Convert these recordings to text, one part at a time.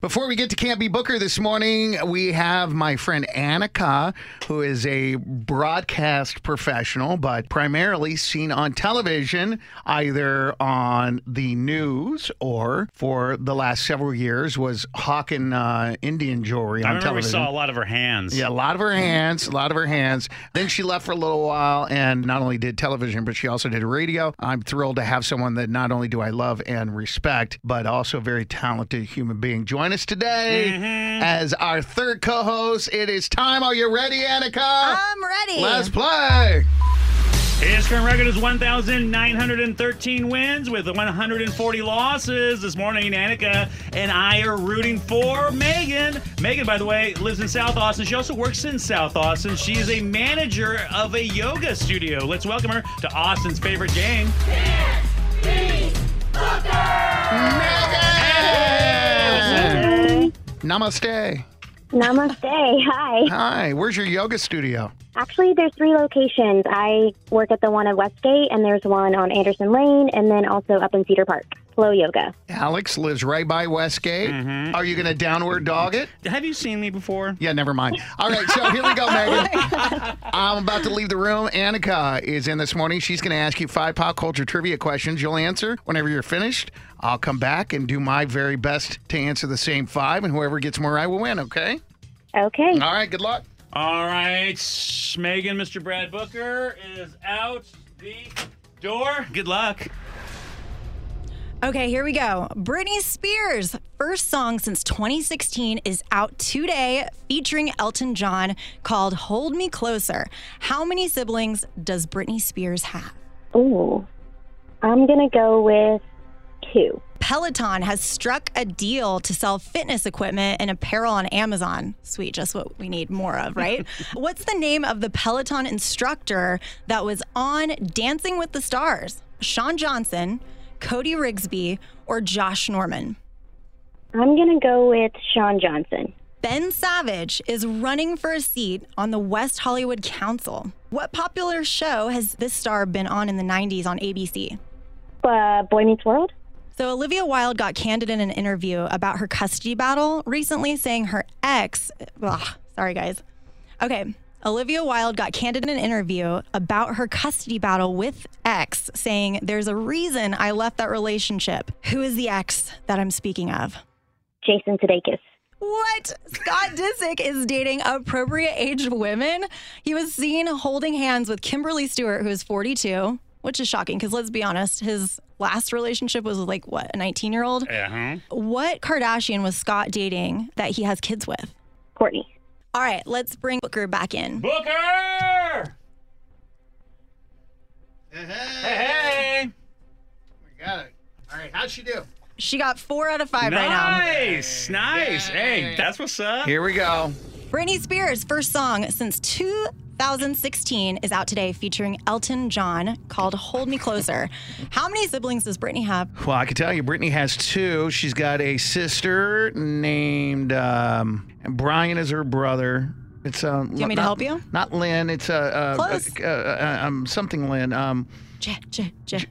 Before we get to Campy Booker this morning, we have my friend Annika, who is a broadcast professional, but primarily seen on television, either on the news or for the last several years was hawking uh, Indian jewelry I on remember television. we saw a lot of her hands. Yeah, a lot of her hands, a lot of her hands. Then she left for a little while and not only did television, but she also did radio. I'm thrilled to have someone that not only do I love and respect, but also a very talented human being. Join us today as our third co host. It is time. Are you ready, Annika? I'm ready. Let's play. His current record is 1,913 wins with 140 losses. This morning, Annika and I are rooting for Megan. Megan, by the way, lives in South Austin. She also works in South Austin. She is a manager of a yoga studio. Let's welcome her to Austin's favorite game. Namaste. Namaste. Hi. Hi, where's your yoga studio? Actually, there's three locations. I work at the one at Westgate, and there's one on Anderson Lane, and then also up in Cedar Park. Flow yoga. Alex lives right by Westgate. Are you going to downward dog it? Have you seen me before? Yeah, never mind. All right, so here we go, Megan. I'm about to leave the room. Annika is in this morning. She's going to ask you five pop culture trivia questions. You'll answer whenever you're finished. I'll come back and do my very best to answer the same five, and whoever gets more right will win, okay? Okay. All right, good luck. All right, Megan, Mr. Brad Booker is out the door. Good luck. Okay, here we go. Britney Spears' first song since 2016 is out today featuring Elton John called Hold Me Closer. How many siblings does Britney Spears have? Ooh. I'm going to go with two. Peloton has struck a deal to sell fitness equipment and apparel on Amazon. Sweet, just what we need more of, right? What's the name of the Peloton instructor that was on Dancing with the Stars? Sean Johnson, Cody Rigsby, or Josh Norman? I'm going to go with Sean Johnson. Ben Savage is running for a seat on the West Hollywood Council. What popular show has this star been on in the 90s on ABC? Uh, Boy Meets World? So, Olivia Wilde got candid in an interview about her custody battle recently, saying her ex. Ugh, sorry, guys. Okay. Olivia Wilde got candid in an interview about her custody battle with ex, saying, There's a reason I left that relationship. Who is the ex that I'm speaking of? Jason Sudeikis. What? Scott Disick is dating appropriate age women. He was seen holding hands with Kimberly Stewart, who is 42, which is shocking because let's be honest, his last relationship was with, like what, a 19 year old? Uh-huh. What Kardashian was Scott dating that he has kids with? Courtney. All right, let's bring Booker back in. Booker! Hey! We got it. All right, how'd she do? She got four out of five right now. Nice, nice. Hey, that's what's up. Here we go. Britney Spears' first song since 2016 is out today featuring Elton John called Hold Me Closer. How many siblings does Britney have? Well, I can tell you, Brittany has two. She's got a sister named um, and Brian is her brother. It's um. Do you want me to help you? Not Lynn. It's uh, uh, Close. uh, uh, uh, um something Lynn. Um, J- J- J-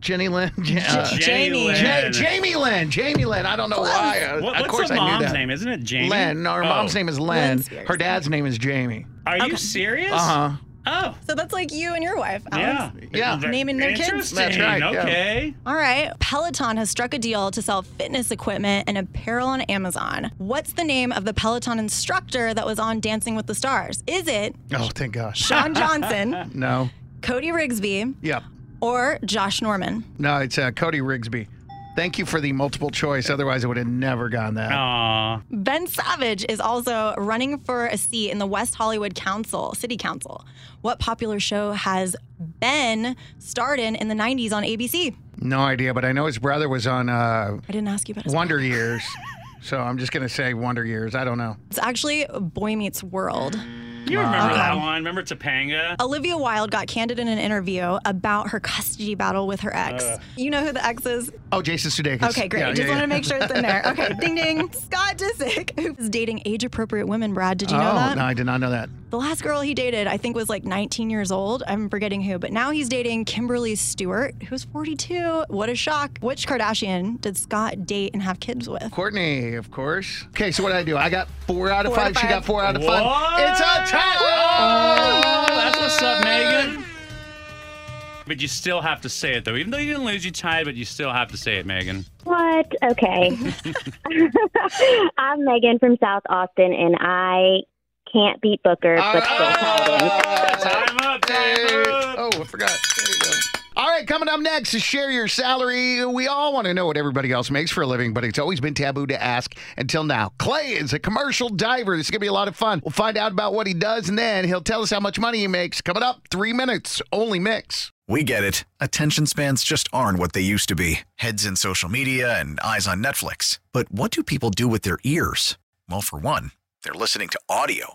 Jenny Lynn. uh, Jamie. Lynn. Ja- Jamie Lynn. Jamie Lynn. I don't know why. Uh, What- of what's course, her I knew mom's that. name? Isn't it Jamie? Lynn. No, her Oh. mom's name is Lynn. Lynn Spears. her dad's name is Jamie. Are you serious? Uh huh. Oh, So that's like you and your wife, yeah. Alex. Yeah. Naming their kids? Interesting. That's right, yeah. Okay. All right. Peloton has struck a deal to sell fitness equipment and apparel on Amazon. What's the name of the Peloton instructor that was on Dancing with the Stars? Is it Oh, thank gosh. Sean Johnson, No. Cody Rigsby, Yep. or Josh Norman? No, it's uh, Cody Rigsby. Thank you for the multiple choice. Otherwise, I would have never gotten that. Aw. Ben Savage is also running for a seat in the West Hollywood Council, City Council. What popular show has Ben starred in in the 90s on ABC? No idea, but I know his brother was on uh, I didn't ask you about his Wonder Years. So I'm just going to say Wonder Years. I don't know. It's actually Boy Meets World. You remember that Okay. one? Remember Topanga? Olivia Wilde got candid in an interview about her custody battle with her ex. You know who the ex is? Oh, Jason Sudeikis. Okay, great. Uh. Yeah, yeah, Just want yeah. to make sure it's in there. Okay, ding ding. Scott Disick, who is dating age appropriate women, Brad. Did you know oh, that? no, I did not know that. The last girl he dated, I think, was like 19 years old. I'm forgetting who, but now he's dating Kimberly Stewart, who's 42. What a shock. Which Kardashian did Scott date and have kids with? Courtney, of course. Okay, so what did I do? I got four out of Four out five. of She got five. four out of five. It's a Oh, tie. that's what's up, Megan. But you still have to say it, though. Even though you didn't lose, you tied, but you still have to say it, Megan. What? Okay. I'm Megan from South Austin, and I can't beat Booker. All but still tied in. right. Time up, Hey. time up. Oh, I forgot. There you go. All right, coming up next is share your salary. We all want to know what everybody else makes for a living, but it's always been taboo to ask until now. Clay is a commercial diver. This is going to be a lot of fun. We'll find out about what he does, and then he'll tell us how much money he makes. Coming up, three minutes, only mix. We get it. Attention spans just aren't what they used to be heads in social media and eyes on Netflix. But what do people do with their ears? Well, for one, they're listening to audio.